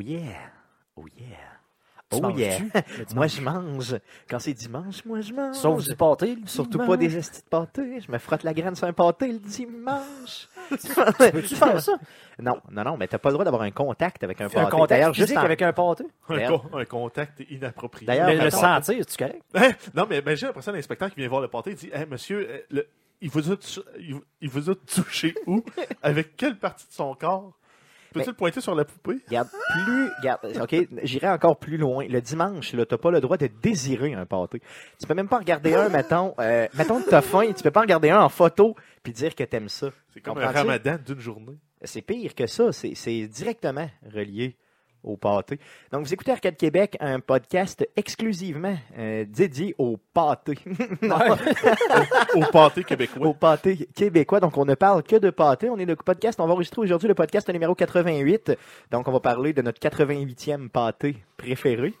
yeah! Oh yeah! Tu Oh yeah! manges-tu le dimanche? Moi, je mange. Quand c'est dimanche, moi, je mange. Sauf du pâté, le Surtout dimanche. pas des estis de pâté. Je me frotte la graine sur un pâté le dimanche. Peux-tu faire ça? Non, non, non, mais t'as pas le droit d'avoir un contact avec un pâté. Un contact D'ailleurs, physique juste en- avec un pâté? Un, Merde. con- un contact inapproprié. Hein? D'ailleurs, Le, le mettons- sentir, tu correct? non, mais imagine après ça, l'inspecteur qui vient voir le pâté, il dit Hey, monsieur, euh, le- il, vous a, tou- il vous- il vous a touché où Avec quelle partie de son corps Peux-tu Ben- le pointer sur la poupée Regarde, plus. Regarde, OK, j'irai encore plus loin. Le dimanche, là, t'as pas le droit de désirer un pâté. Tu peux même pas regarder un, mettons. Euh, mettons que t'as faim, tu peux pas regarder un en photo puis dire que t'aimes ça. C'est comme un Comprends-tu? ramadan d'une journée. C'est pire que ça. C'est c'est directement relié au pâté. Donc, vous écoutez Arcade Québec, un podcast exclusivement euh, dédié au pâté. Non, Au pâté québécois. au pâté québécois. Donc, on ne parle que de pâté. On est le podcast. On va enregistrer aujourd'hui le podcast numéro 88. Donc, on va parler de notre 88e pâté préféré,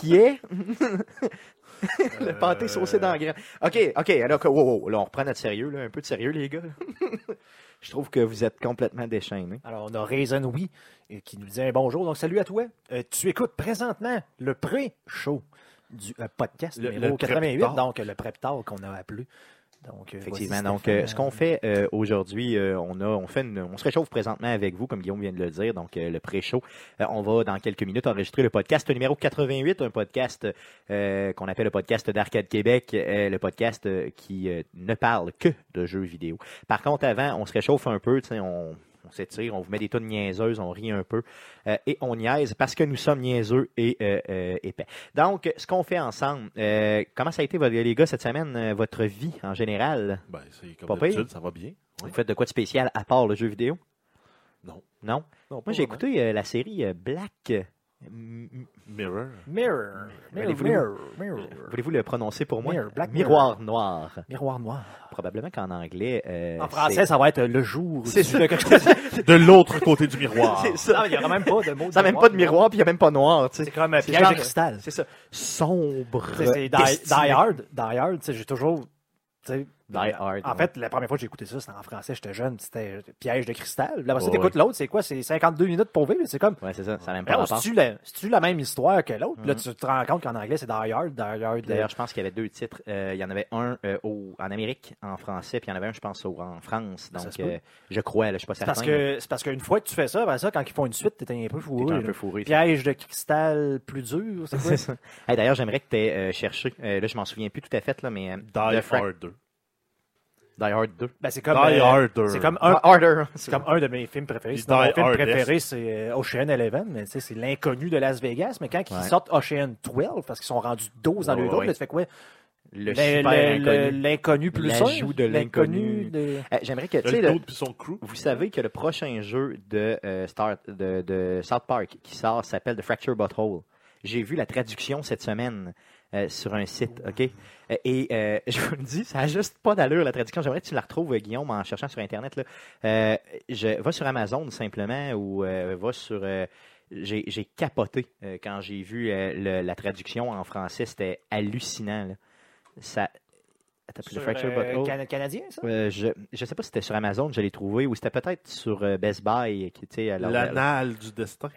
qui est le pâté saucé d'engrais. OK, OK. Alors, que- wow, wow, là, on reprend notre sérieux. Là, un peu de sérieux, les gars. Je trouve que vous êtes complètement déchaînés. Alors, on a Raisin Oui euh, qui nous dit un bonjour. Donc, salut à toi. Euh, tu écoutes présentement le pré-show du euh, podcast Le- numéro le 88, pré-tard. donc euh, le pré-tard qu'on a appelé. Donc, euh, Effectivement. voici Donc, Stéphane, euh, ce qu'on fait euh, aujourd'hui, euh, on a, on fait, une- on se réchauffe présentement avec vous, comme Guillaume vient de le dire. Donc, euh, le pré-show. Euh, on va dans quelques minutes enregistrer le podcast numéro 88, un podcast euh, qu'on appelle le podcast d'Arcade Québec, euh, le podcast euh, qui euh, ne parle que de jeux vidéo. Par contre, avant, on se réchauffe un peu, tu sais, on on s'étire, on vous met des tonnes niaiseuses, on rit un peu euh, et on niaise parce que nous sommes niaiseux et euh, euh, épais. Donc, ce qu'on fait ensemble, euh, comment ça a été, votre- les gars, cette semaine, euh, votre vie en général? Ben, c'est Pas comme pire. d'habitude, ça va bien. Oui. Vous faites de quoi de spécial à part le jeu vidéo? Non. Non? Non, pas Moi, j'ai vraiment. écouté euh, la série euh, Black. M- m- Mirror. Mirror. Mirror, Allez, mirror, mirror, Voulez-vous le prononcer pour moi? Mirror, Black Miroir noir. Miroir noir. Probablement qu'en anglais. euh, En c'est- français, ça va être euh, le jour. C'est du- ça. De l'autre côté du miroir. C'est Non, mais il n'y aura même pas de mot. Ça n'a même pas de miroir, puis il n'y a même pas noir. tu sais. C'est comme euh, C'est piège genre- de cristal. C'est ça. Sombre. Tu sais, C'est Die, destinée. Die Hard. Die Hard, tu sais, j'ai toujours. tu sais, Die Hard, En ouais. fait, la première fois que j'ai écouté ça, c'était en français, j'étais jeune, c'était Piège de cristal. Là, ça, Oh, Ouais, t'écoutes l'autre, c'est quoi C'est 52 minutes pour vivre. C'est comme. Ouais, c'est ça. Ça n'a même pas Ben, rapport. Mm. C'est-tu la, c'est-tu la même histoire que l'autre Là, tu te rends compte qu'en anglais, c'est Die Hard, Die Hard. D'ailleurs, je pense qu'il y avait deux titres. Euh, il y en avait un euh, au- en Amérique, en français, puis il y en avait un, je pense, au- en France. Ça Donc, se peut. euh, je crois, là, je suis pas c'est certain. parce, que, c'est parce qu'une fois que tu fais ça, après ça, quand ils font une suite, t'es un peu mais fou. hein. t'es un peu fourré. Piège de cristal plus dur, c'est quoi C'est ça. Hey, D'ailleurs, j'aimerais que tu aies cherché, euh, là je m'en souviens plus tout à fait, là, mais euh, Die The Fra- Hard 2. Die Ah, Hard 2. Ben, c'est comme. Die Harder. C'est comme un, Harder. C'est comme un de mes films préférés. Puis Sinon, mon Die film Hard préféré, c'est euh, Ocean Eleven, mais tu sais, c'est l'inconnu de Las Vegas. Mais quand ils Ouais. sortent Ocean 12, parce qu'ils sont rendus 12 dans Ouais, le dos, ouais. là, tu fais quoi? Ben, le Le- super le- le- inconnu. L'inconnu plus un. L'ajout de l'inconnu. de- Euh, j'aimerais que, tu sais, Le le- l'autre puis son crew. vous savez que le prochain jeu de, euh, Star- de, de South Park qui sort s'appelle The Fracture Butthole. J'ai vu la traduction cette semaine euh, sur un site, OK? Euh, Et euh, je vous le dis, ça n'a juste pas d'allure, la traduction. J'aimerais que tu la retrouves, euh, Guillaume, en cherchant sur Internet. Là. Euh, je, va sur Amazon simplement ou euh, va sur... euh, j'ai j'ai capoté euh, quand j'ai vu euh, le- la traduction en français. C'était hallucinant. là. Ça... Attends, The Sur, Fracture euh, Butthole. Cana- Canadien, ça? Euh, je je sais pas si c'était sur Amazon, je l'ai trouvé, ou c'était peut-être sur euh, Best Buy. Qui, tu sais, alors, euh, L'anal du destin.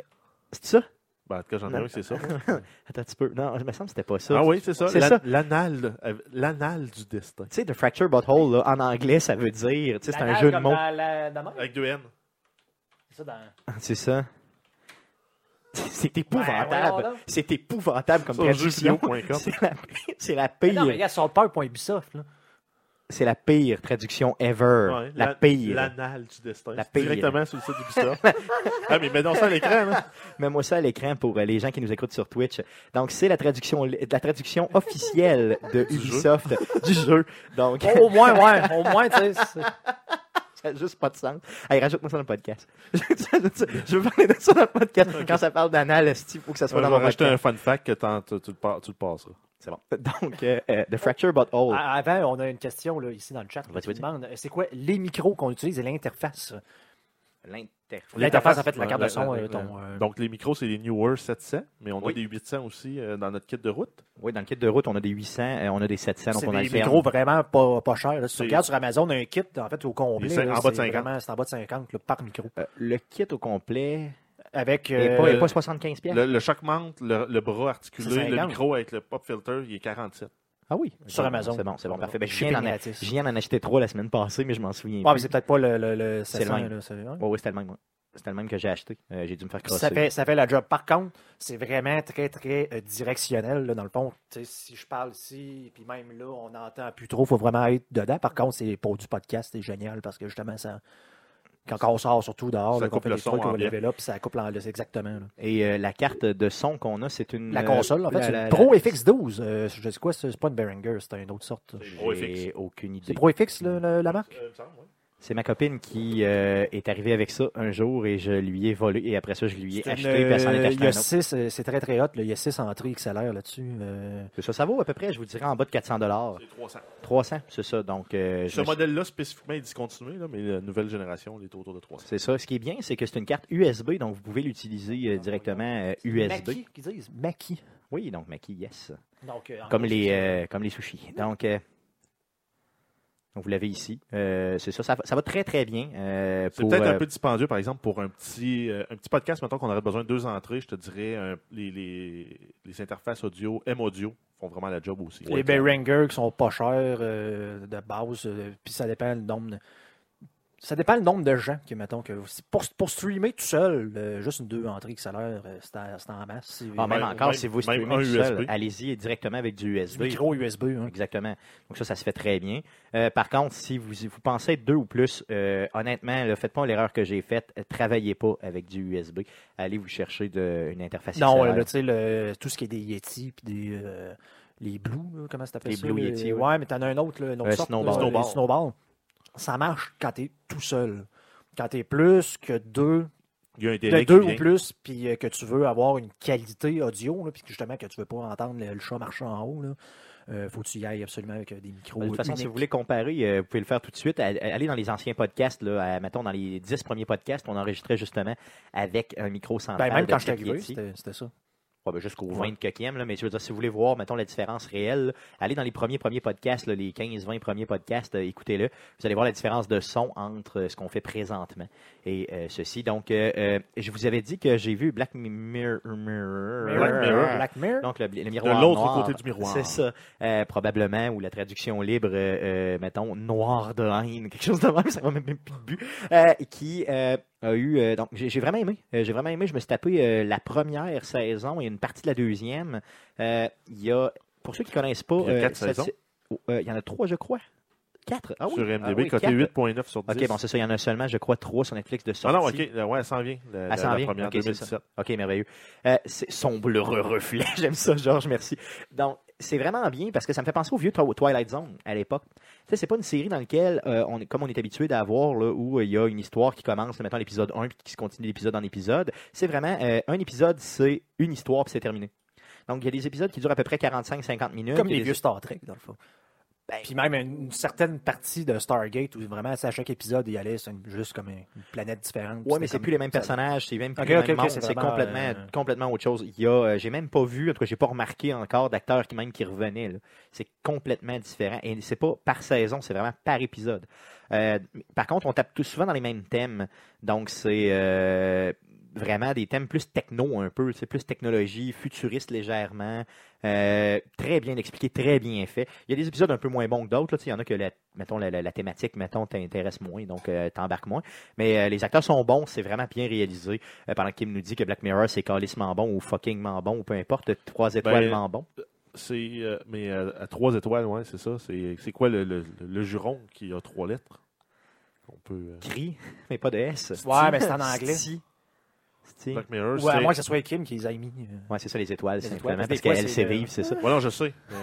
c'est ça? Ben, en tout cas, j'en ai Non. un, c'est ça. Attends un petit peu. Non, je me semble que c'était pas ça. Ah oui, c'est ça. C'est La- ça. L'anal euh, l'anal du destin. Tu sais, The Fracture Butthole, là, en anglais, ça veut dire... Tu sais, c'est un jeu de mots. Avec deux N. C'est ça, dans- C'est ça. C'est Ben, épouvantable. voyons donc. c'est épouvantable comme Sur traduction. jeuxvideo.com. C'est la, c'est la Mais Non, mais pire. regarde, Saltpark.ubisoft, là. C'est la pire traduction ever. Ouais, la, la- pire. L'anal du destin. La C'est pire. Directement sur le site d'Ubisoft. ah, mais mets donc ça à l'écran, là. Mets-moi ça à l'écran pour euh, les gens qui nous écoutent sur Twitch. Donc, c'est la traduction, la traduction officielle de Ubisoft du jeu. Donc, Au- Au moins, ouais. Au moins, tu sais. c'est- ça a juste pas de sens. Allez, rajoute-moi ça dans le podcast. je veux parler de ça dans le podcast. Quand ça parle d'anal, il faut que ça Je soit vais dans mon rajouter podcast. un fun fact que t'en- tu, tu le par- tu le passeras. C'est bon. Donc, euh, euh, The Fracture But All. A- Avant, on a une question, là, ici dans le chat. Vas-y, qui vas-y. demande, euh, c'est quoi les micros qu'on utilise et l'interface? L'interface. L'interface, en fait, la carte de son, la- euh, la- ton, euh, Donc, les micros, c'est les Newer 700, mais on Oui. a des 800 aussi euh, dans notre kit de route. Oui, dans le kit de route, on a des 800, euh, on a des 700, donc C'est on a des le ferme. micros vraiment pas, pas chers. là. Si tu C'est- regardes sur Amazon, un kit, en fait, au complet. Des cinq- là, en bas de c'est 50. vraiment- C'est en bas de 50 là, par micro. Euh, le kit au complet. Avec. Et euh, pas, et pas 75 pièces. Le, le choc menthe, le, le bras C'est articulé, le 50. micro avec le pop filter, il est 47. Ah oui. Sur Bon, Amazon. C'est bon, c'est bon, Sur parfait. Amazon. Ben, je viens Shipping d'en a- gratis. je viens d'en acheter trois la semaine passée, mais je m'en souviens Ah, mais plus. c'est peut-être pas le. le, le C'est le 700, même. là, c'est- ouais. Ouais, ouais, c'était le même. ouais. C'était le même que j'ai acheté. Euh, j'ai dû me faire crosser. Ça fait, ça fait la job. Par contre, c'est vraiment très, très euh, directionnel, là, dans le fond. Tu sais, si je parle ici, puis même là, on n'entend plus trop, il faut vraiment être dedans. Par contre, c'est pour du podcast, c'est génial, parce que justement, ça... Quand on sort, surtout dehors, Ça là, qu'on coupe fait le des son trucs, on ambiant. level up, ça coupe l'en- c'est exactement. là. Et euh, la carte de son qu'on a, c'est une. La console, en euh, fait, la- c'est la- une la- Pro FX12. euh, je sais quoi, c'est c'est pas une Behringer, c'est une autre sorte. là. Pro J'ai aucune C'est idée. Pro FX, le- le- la marque? Euh, il me semble, oui. C'est ma copine qui euh, est arrivée avec ça un jour et je lui ai volé. Et après ça, je lui ai C'est acheté. une, puis elle s'en est euh, acheté Il un y a autre. six, euh, c'est très très hot, là, il y a 6 entrées XLR là-dessus. euh, C'est Ça, ça vaut à peu près, je vous dirais, en bas de 400 dollars. C'est 300. 300, c'est ça. Donc, euh, je Ce me suis- modèle-là, spécifiquement, est discontinué, là, mais la nouvelle génération, il est autour de 300. c'est ça. Ce qui est bien, c'est que c'est une carte USB, donc vous pouvez l'utiliser euh, directement euh, USB. Maki, qu'ils disent. Maki. Oui, donc Maki, yes. Donc, Ah, euh, en Comme gros, les, c'est- euh, comme les sushis. Donc, euh, donc vous l'avez ici. Euh, c'est ça, ça va, ça va très très bien. euh, C'est pour, peut-être euh, un peu dispendieux, par exemple, pour un petit, euh, un petit podcast, mettons qu'on aurait besoin de deux entrées, je te dirais, euh, les, les, les interfaces audio, M-Audio, font vraiment la job aussi. Eh Les ben, Behringer qui sont pas chers euh, de base, euh, puis ça dépend le nombre de... Ça dépend le nombre de gens que, mettons, que vous- pour, pour streamer tout seul, euh, juste une deux entrées qui salaire, euh, c'est en, c'est en masse. C'est ah, même même- encore, même- si vous même streamez un tout seul, USB. allez-y directement avec du du USB. micro USB. hein. Exactement. Donc ça, ça se fait très bien. Euh, par contre, si vous, vous pensez être deux ou plus, euh, honnêtement, ne faites pas l'erreur que j'ai faite. Euh, Travaillez pas avec du USB. Allez vous chercher de, une interface Non, XLR. euh, là, tu sais, le- tout ce qui est des Yeti, puis des... euh, les Blue, là, comment ça s'appelle Les ça? Blue les- Yeti, ouais. ouais. mais t'en as un autre, là, une autre Euh, sorte. Snowball. là, les Snowball. Snowball. Ça marche quand t'es tout seul. Quand t'es plus que deux, Il y a un de délai qui deux vient. ou plus, puis euh, que tu veux avoir une qualité audio, là, puis que justement que tu veux pas entendre le, le chat marcher en haut, là, euh, faut que tu y ailles absolument avec euh, des micros. Ben, De toute façon, uniques. si vous voulez comparer, euh, vous pouvez le faire tout de suite. Allez- Allez dans les anciens podcasts, là, à- mettons dans les 10 premiers podcasts, on enregistrait justement avec un micro central. Ben, même de quand je suis type arrivé, Yeti. c'était c'était ça. Ouais, ben, jusqu'au Ouais. 24e, là, mais je veux dire, si vous voulez voir, mettons, la différence réelle, là, allez dans les premiers premiers podcasts, là, les 15-20 premiers podcasts, euh, écoutez-le. Vous allez voir la différence de son entre euh, ce qu'on fait présentement et euh, ceci. Donc, euh, euh, je vous avais dit que j'ai vu Black Mi- Mirror. Black Mirror. Black Mirror. Donc, le, le miroir l'autre noir. côté du miroir. C'est ça. Euh, probablement, ou la traduction libre, euh, euh, mettons, noir de haine, quelque chose de même, ça va même plus de but. Euh, qui euh, a eu. euh, donc, j'ai j'ai vraiment aimé. Euh, j'ai vraiment aimé. Je me suis tapé euh, la première saison et une partie de la deuxième. Euh, Il y a. Pour ceux qui connaissent pas. Il y a euh, quatre cette- saisons. Oh, euh, Il y en a trois, je crois. Quatre. Ah oui. sur MDB, Ah oui, côté quatre. 8.9 sur 10. Ok, bon, c'est ça. Il y en a seulement, je crois, trois sur Netflix de ah sortie. non, ok, euh, ouais, elle s'en vient. La, la- s'en la vient? première, Ok, c'est 2017. OK, merveilleux. Euh, c'est son bleu reflet. J'aime ça, Georges, merci. Donc, c'est vraiment bien parce que ça me fait penser au vieux Twi- Twilight Zone à l'époque. Tu sais, c'est pas une série dans laquelle, euh, on est, comme on est habitué d'avoir, là, où euh, il y a une histoire qui commence, mettons, à l'épisode 1 puis qui se continue d'épisode en épisode. C'est vraiment, euh, un épisode, c'est une histoire puis c'est terminé. Donc, il y a des épisodes qui durent à peu près 45-50 minutes. Comme Il y a les des- vieux Star Trek, dans le fond. Ben- Puis même une, une certaine partie de Stargate où vraiment, c'est à chaque épisode, il allait sur une- juste comme une une planète différente. puis Ouais, mais c'est c'était plus les mêmes ça- personnages, c'est même plus Ok, le ok, même ok, monde, c'est c'est vraiment, complètement, euh, complètement autre chose. Il y a, euh, j'ai même pas vu, en tout cas, j'ai pas remarqué encore d'acteurs qui même qui revenaient. là. C'est complètement différent et c'est pas par saison, c'est vraiment par épisode. Euh, par contre, on tape tout souvent dans les mêmes thèmes, donc c'est euh, vraiment des thèmes plus techno un peu, c'est plus technologie, futuriste légèrement, euh, très bien expliqué, très bien fait. Il y a des épisodes un peu moins bons que d'autres, là, tu sais, il y en a que la, mettons la, la- la thématique, mettons t'intéresse moins, donc euh, t'embarques moins. Mais euh, les acteurs sont bons, c'est vraiment bien réalisé. Euh, pendant que Kim nous dit que Black Mirror, c'est calissement bon ou fuckingment bon ou peu importe, trois Ben, étoiles bon. C'est, euh, mais euh, à trois étoiles, ouais, c'est ça. C'est, c'est quoi le, le, le juron qui a trois lettres On peut. euh, Cri, mais pas de S. Ouais, mais c'est en anglais. Sti. Sti. Black Mirror, Ouais, à c'est. moins que ce soit Kim qui les ait mis. euh. Ouais, c'est ça, les étoiles, Les simplement, parce étoiles, parce que des qu'elle fois, sait c'est le- Ah, vivre, c'est ça. Ouais, non, je sais. mais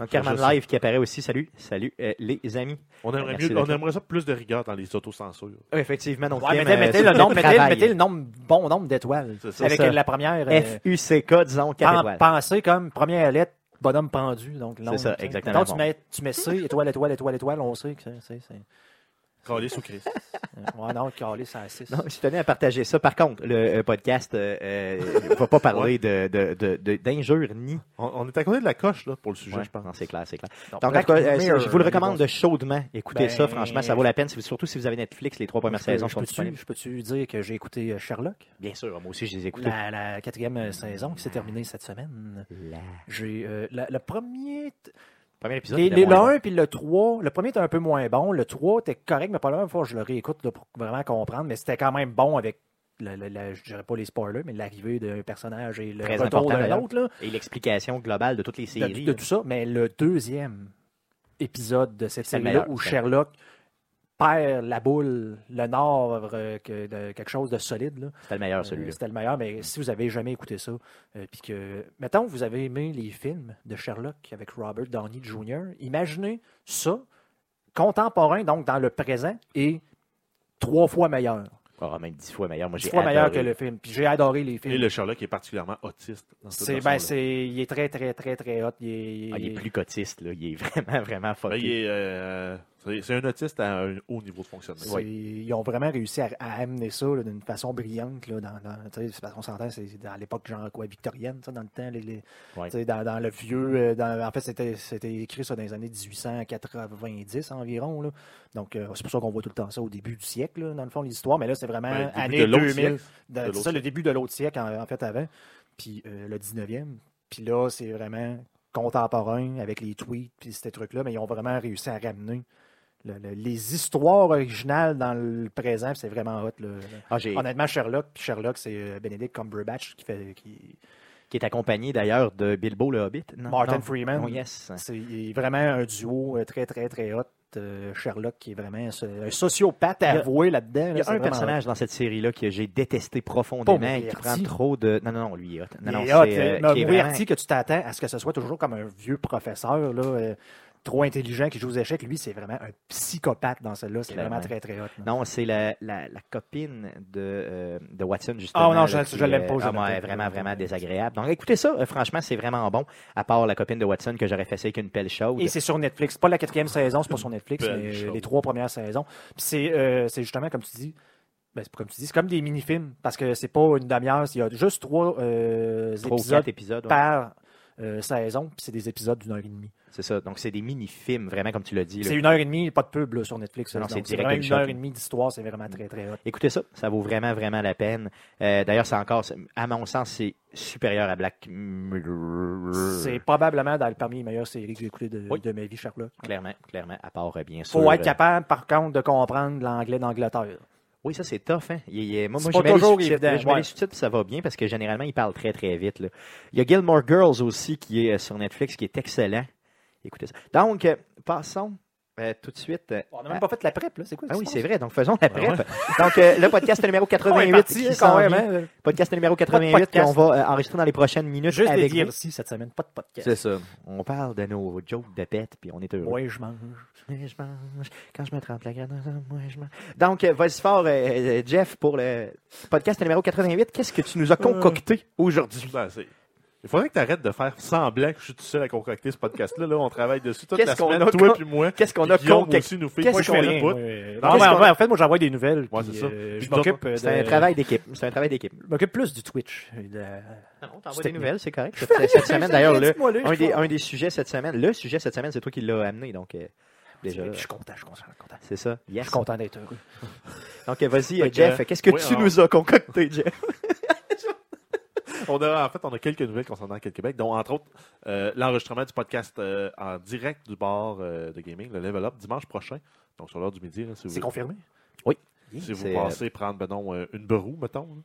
Donc, Carman je sais. Live qui apparaît aussi, salut, salut, euh, les amis. on aimerait, Ah, Merci mieux- d'être on là. aimerait ça plus de rigueur dans les autocensures. Euh, effectivement, donc, Ouais, Kim, mettez, euh, mettez c'est le nombre, le mettez, travail. mettez le nombre, bon nombre d'étoiles. C'est ça. Avec C'est ça. euh, la première. euh, F-U-C-K, disons, quatre Pen- étoiles. penser comme première lettre, bonhomme pendu. Donc, C'est ça, exactement. Quand tu mets, tu mets C, étoile, étoile, étoile, étoile, on sait que c'est- c'est. c'est- Calé sous Christ. Ouais, non, calé 106. Non, je tenais à partager ça. Par contre, le euh, podcast ne va pas parler de- de- de- de- d'injures ni. On, on est à côté de la coche là, pour le sujet, Ouais, je pense. non, c'est clair, c'est clair. Donc, Donc, en Black tout cas, euh, Mirror, je vous le ils recommande vont- chaudement. Écoutez Ben- ça, franchement, ça vaut la peine, si- surtout si vous avez Netflix, les trois premières Je peux- saisons je sont peux-tu disponibles. je peux-tu dire que j'ai écouté euh, Sherlock, Bien sûr, moi aussi, je les ai écoutés. la, la quatrième euh, saison qui s'est terminée cette semaine. La- J'ai euh, la- le premier, t- Premier épisode. les, il est les- le moins bon. 1 puis le 3, le premier était un peu moins bon, le 3 était correct, mais pas la même fois je le réécoute là, pour vraiment comprendre, mais c'était quand même bon avec, la, la- la- je dirais pas les spoilers, mais l'arrivée d'un personnage et le Très retour important, de d'ailleurs. hein. l'autre, là, Et l'explication globale de toutes les de, séries. de tout ça, mais le deuxième épisode de cette C'est le série-là meilleur, où c'est- Sherlock perd la boule, le nord, euh, que- de- quelque chose de solide, là, C'était le meilleur, Euh, celui-là. C'était le meilleur, mais si vous avez jamais écouté ça, euh, puis que, mettons, vous avez aimé les films de Sherlock avec Robert Downey Jr., imaginez ça, contemporain, donc dans le présent, et trois fois meilleur. Ah, même dix fois meilleur. Moi, Dix j'ai fois meilleur que adoré. le film. Puis j'ai adoré les Et films. le Sherlock est particulièrement autiste. dans cette C'est, ben, version-là. c'est, il est très, très, très, très hot. Il est, Ah, il est plus cotiste, là. Il est vraiment, vraiment Ben, il fucké. est, euh, c'est- c'est un autiste à un haut niveau de c'est- fonctionnement. Ben, Ils ont vraiment réussi à, à amener ça là, d'une façon brillante. Là, dans, dans- tu sais, parce qu'on s'entend, c'est dans l'époque genre quoi, victorienne, ça, dans le temps, les- les, Ouais. Tu sais, Dans, dans le vieux, euh, dans- en fait, c'était c'était écrit ça dans les années 1890 environ. là. Donc, euh, c'est pour ça qu'on voit tout le temps ça au début du siècle, là, dans le fond, l'histoire. Mais là, c'est vraiment Ben, début année de l'autre 2000. siècle. dans- C'est de l'autre ça, le siècle. début de l'autre siècle, en, en fait, avant. Puis euh, le 19e. Puis là, c'est vraiment contemporain avec les tweets puis ces trucs-là. Mais ils ont vraiment réussi à ramener le- le- les histoires originales dans le présent. puis C'est vraiment hot. là. Ah, j'ai- Honnêtement, Sherlock, puis Sherlock, c'est euh, Benedict Cumberbatch qui fait... Qui, Qui est accompagné, d'ailleurs, de Bilbo le Hobbit. Non, Martin non. Freeman. Oh, yes. C'est il est vraiment un duo euh, très, très, très hot. euh, Sherlock, qui est vraiment un, so- un sociopathe Il y a- avoué là-dedans. là, Il y a c'est un vraiment personnage dans cette série-là que j'ai détesté profondément Pas et qui prend Moriarty. trop de. Non, non, non, lui, il est hot. hot. Non, non, Il est hot, c'est, euh, mais qui est Moriarty, vraiment- que tu t'attends à ce que ce soit toujours comme un vieux professeur là, euh, trop intelligent qui joue aux échecs. Lui, c'est vraiment un psychopathe dans celle-là. C'est Clairement. vraiment très, très hot. là. Non, c'est la, la, la copine de, euh, de Watson, justement. Ah non, là, je- qui, je l'aime pas, euh, je ah, l'aime pas. ouais, Je l'aime vraiment, pas. vraiment désagréable. Donc, écoutez ça, euh, franchement, c'est vraiment bon. À part la copine de Watson que j'aurais fait avec une pelle chaude. Et c'est sur Netflix. Pas la quatrième saison, c'est pas sur Netflix, Belle mais euh, chose. les trois premières saisons. Puis c'est euh, c'est justement, comme tu dis, ben, c'est pas comme tu dis, c'est comme des mini-films. Parce que c'est pas une demi-heure. Il y a juste trois euh, Trois ou épisodes quatre épisodes. ouais. par euh, saison, puis c'est des épisodes d'une heure et demie. C'est ça. Donc, c'est des mini-films, vraiment, comme tu l'as dit. là. C'est une heure et demie, pas de pub là, sur Netflix. Non, là, c'est donc c'est direct vraiment une une shot, heure là. et demie d'histoire, c'est vraiment très très hot. Écoutez ça, ça vaut vraiment, vraiment la peine. Euh, D'ailleurs, c'est encore, c'est- à mon sens, c'est supérieur à Black Mirror. C'est probablement dans le parmi les meilleures séries que j'ai écoutées de, Oui. de ma vie, Sherlock. Clairement, clairement, à part, euh, bien sûr. Faut être euh, capable, par contre, de comprendre l'anglais d'Angleterre. Oui, ça, c'est tough. Hein? Il- il- moi, C'est moi, pas je mets les toujours sous-titres, évident, là. Je mets ouais. les sous-titres, ça va bien parce que généralement, ils parlent très, très vite. là. Il y a Gilmore Girls aussi qui est euh, sur Netflix, qui est excellent. Écoutez ça. Donc, euh, passons euh, tout de suite. euh, On n'a à- même pas fait la prep, là. C'est quoi? Ah oui, c'est vrai. vrai. Donc, faisons la prep. Donc, euh, le podcast numéro 88 hein, qui s'en vient. Podcast numéro 88 podcast. qu'on va euh, enregistrer dans les prochaines minutes Juste avec dire vous. ici cette semaine, pas de podcast. C'est ça. On parle de nos jokes de pète, puis on est heureux. Oui, je mange. Mais je mange. Quand je me trempe la graine, euh, moi, je mange. Donc, euh, vas-y fort, euh, euh, Jeff, pour le podcast numéro 88. Qu'est-ce que tu nous as concocté aujourd'hui? Ben, c'est- Il faudrait que tu arrêtes de faire semblant que je suis tout seul à concocter ce podcast-là. Là, on travaille dessus toute Qu'est-ce la qu'on semaine, a con- toi puis moi. Qu'est-ce qu'on Puis a Guillaume concocté? aussi nous fait. Qu'est-ce Moi, je fais qu'on rien. a- moi. Non, Qu'est-ce mais qu'on en fait, moi, j'envoie des nouvelles. Ouais, puis, c'est ça. euh, Puis Je m'occupe euh, C'est un de- travail d'équipe. C'est un travail d'équipe. Je m'occupe plus du Twitch. et de la- Ah, On t'envoie des des nouvelles, c'est correct. Cette, cette semaine, d'ailleurs, le- Dites-moi, là, un je des, fais- un des sujets cette semaine, le sujet cette semaine, c'est toi qui l'as amené. Donc, euh, déjà, là, Je suis content, je suis content, je suis content. c'est ça. Je Yes. suis content d'être heureux. Donc, euh, vas-y, euh, Fait que, Jeff, euh, qu'est-ce que oui, tu alors- nous as concocté, Jeff? On a, en fait, on a quelques nouvelles concernant le Québec, dont entre autres euh, l'enregistrement du podcast euh, en direct du bar euh, de gaming, le Level Up, dimanche prochain. Donc, sur l'heure du midi, là, si C'est vous, confirmé? si vous C'est, euh, pensez prendre ben non, euh, une berou, mettons. là.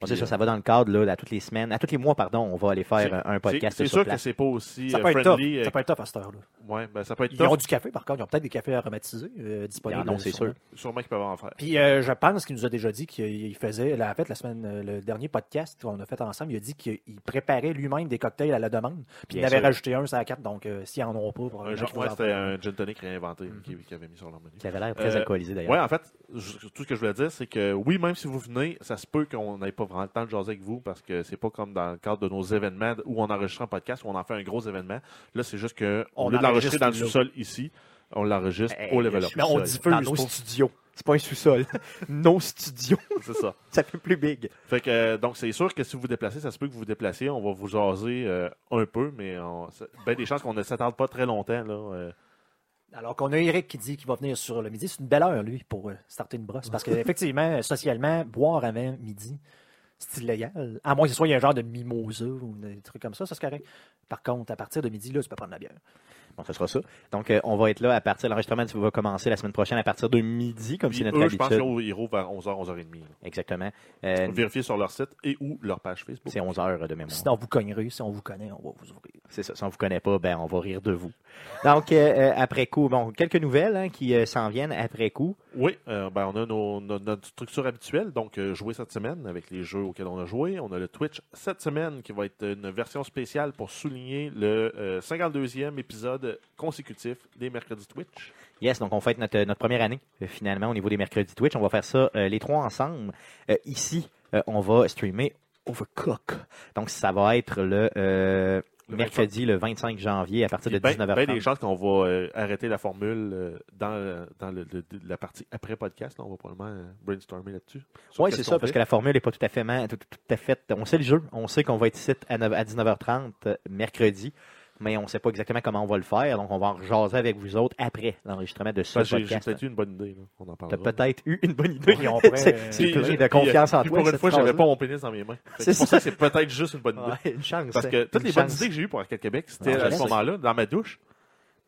Bon, c'est Puis, ça, euh, ça va dans le cadre, là, à toutes les semaines, à tous les mois, pardon, on va aller faire un- un c'est- podcast C'est sur sûr que place. c'est pas aussi Ça euh, peut être top. friendly. euh, Ça peut être top à cette heure-là. ouais, ben, ça peut être Ils ont top. du café, par contre. Ils ont peut-être des cafés aromatisés euh, disponibles. non, c'est sûrement. sûr. Sûrement qu'ils peuvent en faire. Puis euh, je pense qu'il nous a déjà dit qu'il faisait, là, en fait, la semaine, euh, le dernier podcast qu'on a fait ensemble, il a dit qu'il préparait lui-même des cocktails à la demande. Puis il Bien avait sûr. rajouté un sur la carte, donc euh, s'ils en auront pas, Un probablement genre, qu'ils vont ouais, en c'était faire. un gin tonic réinventé Mmh. qui qu'ils avaient mis sur leur menu. Il avait l'air très Euh, alcoolisé, d'ailleurs. Oui, en fait, je- tout ce que je voulais dire, c'est que oui, même si vous venez, ça se peut qu'on n'ait pas vraiment le temps de jaser avec vous parce que c'est pas comme dans le cadre de nos événements où on enregistre un podcast, où on en fait un gros événement. Là, c'est juste que On on lieu de l'enregistrer enregistre dans le là. sous-sol ici. On l'enregistre Eh, au le level up. sous-sol. Mais on diffuse Dans nos pour- studios. C'est pas un sous-sol. nos studios. C'est ça. Ça fait plus big. Fait que, euh, donc, c'est sûr que si vous vous déplacez, ça se peut que vous vous déplacez. On va vous jaser euh, un peu, mais on, c'est- ben des chances qu'on ne s'attarde pas très longtemps. Là, euh. Alors qu'on a Eric qui dit qu'il va venir sur le midi. C'est une belle heure, lui, pour euh, starter une brosse. Parce qu'effectivement, socialement, boire avant midi, c'est illégal. À moins que ce soit il y a un genre de mimosa ou des trucs comme ça, ça c'est correct. Par contre, à partir de midi, là, tu peux prendre de la bière. Bon, ce sera ça. Donc, euh, on va être là à partir. L'enregistrement va commencer la semaine prochaine à partir de midi, comme Puis c'est notre eux, je pense habitude. qu'ils rouvrent vers 11h, 11h30. là. Exactement. Euh, Vérifiez sur leur site et ou leur page Facebook. c'est 11 heures de mémoire. Sinon, vous cognerez. Si on vous connaît, on va vous ouvrir. C'est ça. Si on vous connaît pas, ben on va rire de vous. Donc, euh, euh, après coup, bon, quelques nouvelles hein, qui euh, s'en viennent après coup. Oui, euh, ben, on a nos- no- notre structure habituelle, donc euh, jouer cette semaine avec les jeux auxquels on a joué. On a le Twitch cette semaine qui va être une version spéciale pour souligner le euh, 52e épisode consécutif des mercredis Twitch. Yes, donc on fête notre, notre première année, euh, finalement, au niveau des mercredis Twitch. On va faire ça euh, les trois ensemble. Euh, ici, euh, on va streamer Overcook. Donc, ça va être le, euh, Le mercredi le 25 janvier à partir de Puis ben- 19h30. ben des chances qu'on va euh, arrêter la formule euh, dans, euh, dans le- le- la partie après podcast. là. on va probablement euh, brainstormer là-dessus. Sur Oui, qu'est-ce c'est qu'on ça, parce fait. que la formule n'est pas tout à fait ma- tout, tout- tout à fait. On sait le jeu, on sait qu'on va être ici à, 9 à 19h30 euh, mercredi, mais on ne sait pas exactement comment on va le faire, donc on va en jaser avec vous autres après l'enregistrement de ce Parce que j'ai- j'ai podcast. peut-être eu une bonne idée. là. On en T'as parlera. peut-être eu une bonne idée. Oui, on pourrait, C'est- euh, c'est Puis, plein je- de puis, confiance euh, en puis toi. Pour une cette fois, j'avais phrase-là. pas mon pénis dans mes mains. Fait que C'est C'est ça. pour ça que c'est peut-être juste une bonne idée. Ouais, une chance. Parce que toutes une les bonnes chance. idées que j'ai eues pour Arcade Québec, c'était Non, je à ce sais. moment-là, dans ma douche.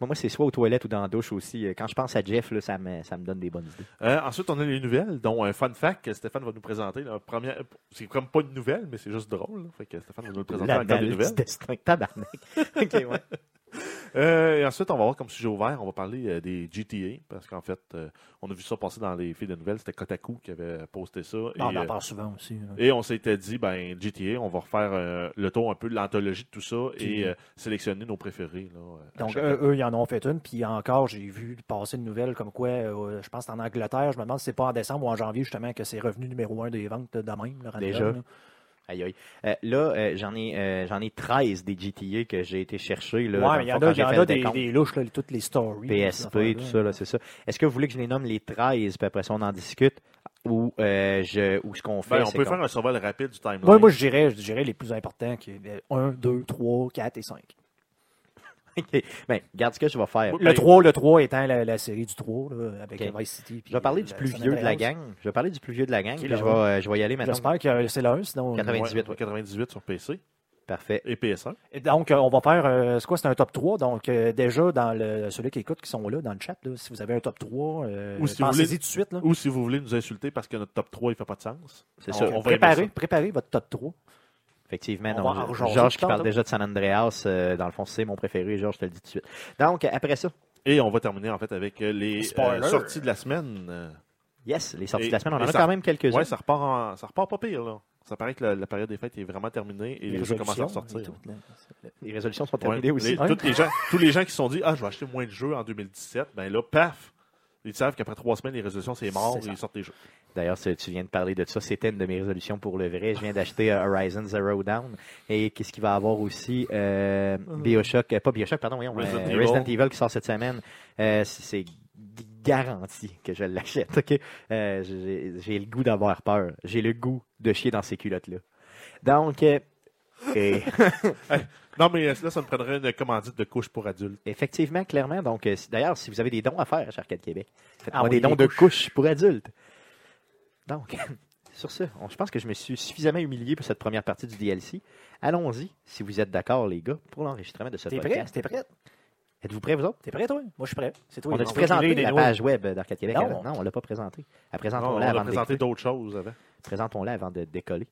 Moi, moi, c'est soit aux toilettes ou dans la douche aussi. Euh, Quand je pense à Jeff, là, ça, me, ça me donne des bonnes idées. Euh, ensuite, on a les nouvelles, dont un fun fact que Stéphane va nous présenter. la première- C'est comme pas une nouvelle, mais c'est juste drôle. là. Fait que Stéphane va nous le présenter La en cas de dalle du nouvelles. destin. Tabarnak. Ok, ouais. Euh, et ensuite, on va voir comme sujet ouvert, on va parler euh, des GTA, parce qu'en fait, euh, on a vu ça passer dans les fils de nouvelles. C'était Kotaku qui avait posté ça. et, on en euh, parle souvent aussi. hein. là. Et on s'était dit, ben, GTA, on va refaire euh, le tour un peu de l'anthologie de tout ça et euh, sélectionner nos préférés. là, euh, à Donc, chaque- eux, eux, ils en ont fait une. Puis encore, j'ai vu passer une nouvelle comme quoi, euh, je pense que c'est en Angleterre, je me demande si c'est pas en décembre ou en janvier, justement, que c'est revenu numéro un des ventes là, de même. le random, Déjà. là. Aïe, aïe. Euh, là, euh, j'en ai, euh, j'en ai 13 des GTA que j'ai été chercher. Là, dans ouais, le mais il y fond, en quand a, il j'ai y en fait a le des, décompte. des louches, là, toutes les stories. là, ces PSP, et tout ça, affaires-là. là, c'est ça. Est-ce que vous voulez que je les nomme les 13, puis après ça, on en discute, ou, euh, je, ou ce qu'on fait, Ben, on c'est peut qu'on- faire un survol rapide du timeline. Ouais, moi, je dirais, je dirais les plus importants, qui est 1, 2, 3, 4 et 5. OK. Ben, regarde ce que je vais faire. Oui. Le Ben- 3, le 3 étant la, la série du 3, là, avec Ok. Vice City. puis Je vais parler la- du plus San vieux de la Andreas. gang. Je vais parler du plus vieux de la gang, Euh, Ok, puis là, je vais, euh, je vais y aller maintenant. J'espère que euh, c'est le 1, sinon. 98, ouais. 98 sur PC Parfait. et PS1. Et Donc, euh, on va faire, euh, c'est quoi, c'est un top 3. Donc, euh, déjà, dans le, ceux-là qui écoutent, qui sont là, dans le chat, là, si vous avez un top 3, euh, Ou si vous pensez-y tout voulez- de suite. Là. Ou si vous voulez nous insulter parce que notre top 3, il fait pas de sens. C'est on- ça. on va aimer préparez, ça. préparez votre top 3. Effectivement, on non, va en je- rejaser Georges plus qui tard, parle là. déjà de San Andreas, euh, dans le fond, c'est mon préféré, Georges, je te le dis tout de suite. Donc, après ça, Et on va terminer en fait avec euh, les Spoiler. euh, sorties de la semaine. Euh, yes, les sorties Et- de la semaine, on en et a ça- quand même quelques-unes. Ouais, ça repart, en- ça repart pas pire là. Ça paraît que la, la période des fêtes est vraiment terminée et les, jeux commencent à résolutions sortir. et tout, là. Les résolutions sont Ouais, terminées aussi. les- toutes les gens, tous les gens qui se sont dit Ah, je vais acheter moins de jeux en 2017, ben là, paf Ils savent qu'après trois semaines, les résolutions, c'est mort C'est et ça. ils sortent les jeux. D'ailleurs, tu tu viens de parler de ça. C'était une de mes résolutions pour le vrai. Je viens d'acheter euh, Horizon Zero Down. Et qu'est-ce qu'il va y avoir aussi? Euh, Bioshock, euh, pas Bioshock, pardon, voyons, Resident euh, Evil. Resident Evil qui sort cette semaine. Euh, c- c'est g- garanti que je l'achète, ok? Euh, j'ai- J'ai le goût d'avoir peur. J'ai le goût de chier dans ces culottes-là. Donc, euh, et- Non, mais euh, là, ça me prendrait une commandite de couche pour adultes. Effectivement, clairement. Donc, euh, si- d'ailleurs, si vous avez des dons à faire chez Arcade Québec, faites-moi Ah oui, des dons des de couches pour adultes. Donc, sur ce, on- je pense que je me suis suffisamment humilié pour cette première partie du DLC. Allons-y, si vous êtes d'accord, les gars, pour l'enregistrement de ce T'es prêt? podcast. T'es prêt? Êtes-vous prêts, vous autres? T'es prêt, toi? Moi, je suis prêt. C'est toi. on a-tu va présenté tirer des la noix. page web d'Arcade Québec? Non. avant? Non, on l'a pas présenté. Ah, Non, on Présentons-la a avant, de présenté décoller. d'autres choses avant. Présentons-la avant de décoller.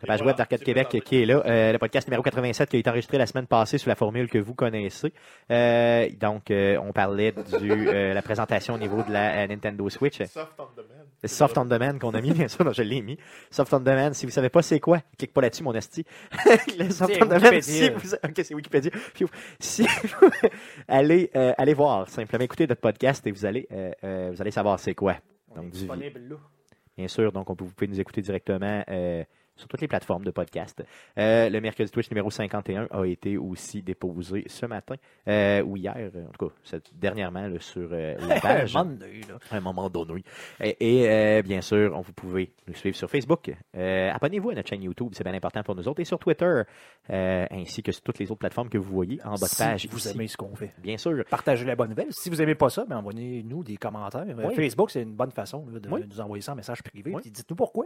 La Et page voilà, web d'Arcade c'est Québec présenté. qui est là. Euh, le podcast numéro 87 qui a été enregistré la semaine passée sous la formule que vous connaissez. Euh, donc, euh, on parlait de la présentation au niveau de la euh, Nintendo Switch. Soft on demand. Le Soft on Demand qu'on a mis, bien sûr, non, je l'ai mis. Soft on Demand, si vous savez pas c'est quoi, clique pas là-dessus, mon asti. le Soft C'est on Demand, si Wikipédia. vous... Ok, c'est Wikipédia. Pfiou. Si allez, euh, allez voir, simplement écoutez notre podcast et vous allez, euh, euh, vous allez savoir c'est quoi. On est Donc, du- disponible là. Bien sûr, donc on peut, vous pouvez nous écouter directement euh, sur toutes les plateformes de podcast. Euh, le mercredi Twitch numéro 51 a été aussi déposé ce matin euh, ou hier, euh, en tout cas, cette- dernièrement là, sur euh, la page. Un moment donné, là. à un moment donné. Et, et, euh, bien sûr, on- vous pouvez nous suivre sur Facebook. Euh, Abonnez-vous à notre chaîne YouTube, c'est bien important pour nous autres, et sur Twitter, euh, ainsi que sur toutes les autres plateformes que vous voyez en bas de Si page. vous ici. aimez ce qu'on fait. Bien sûr. Partagez la bonne nouvelle. Si vous n'aimez pas ça, ben, envoyez-nous des commentaires. Euh, Oui. Facebook, c'est une bonne façon là, de Oui. nous envoyer ça en message privé. Oui. Puis Dites-nous pourquoi.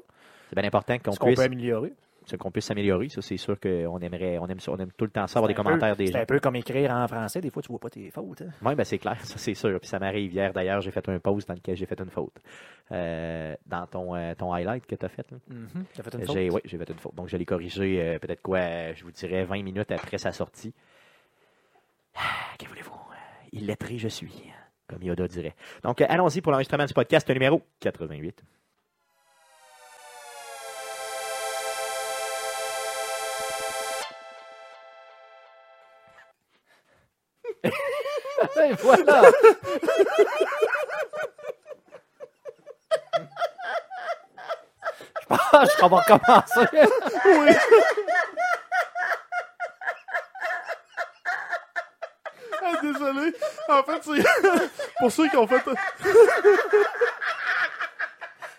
C'est bien important qu'on Ce qu'on puisse, peut améliorer. ce qu'on puisse s'améliorer. Ça, c'est sûr qu'on aimerait, on aime, ça, on aime tout le temps ça, avoir des C'est un commentaires peu- des C'est gens. un peu comme écrire en français. Des fois, tu vois pas tes fautes. hein. Oui, ben c'est clair, ça c'est sûr. Puis ça m'arrive hier d'ailleurs, j'ai fait un post dans lequel j'ai fait une faute. Euh, dans ton, euh, ton highlight que tu as fait. là. Mhm. Euh, T'as fait une faute. J'ai, oui, j'ai fait une faute. Donc je l'ai corrigé euh, peut-être quoi, euh, je vous dirais 20 minutes après sa sortie. Ah, que voulez-vous? Euh, Illettré je suis, comme Yoda dirait. Donc euh, allons-y pour l'enregistrement du podcast numéro 88. Et voilà. Je pense qu'on va recommencer. Ah, désolé. En fait, c'est pour ceux qui ont fait.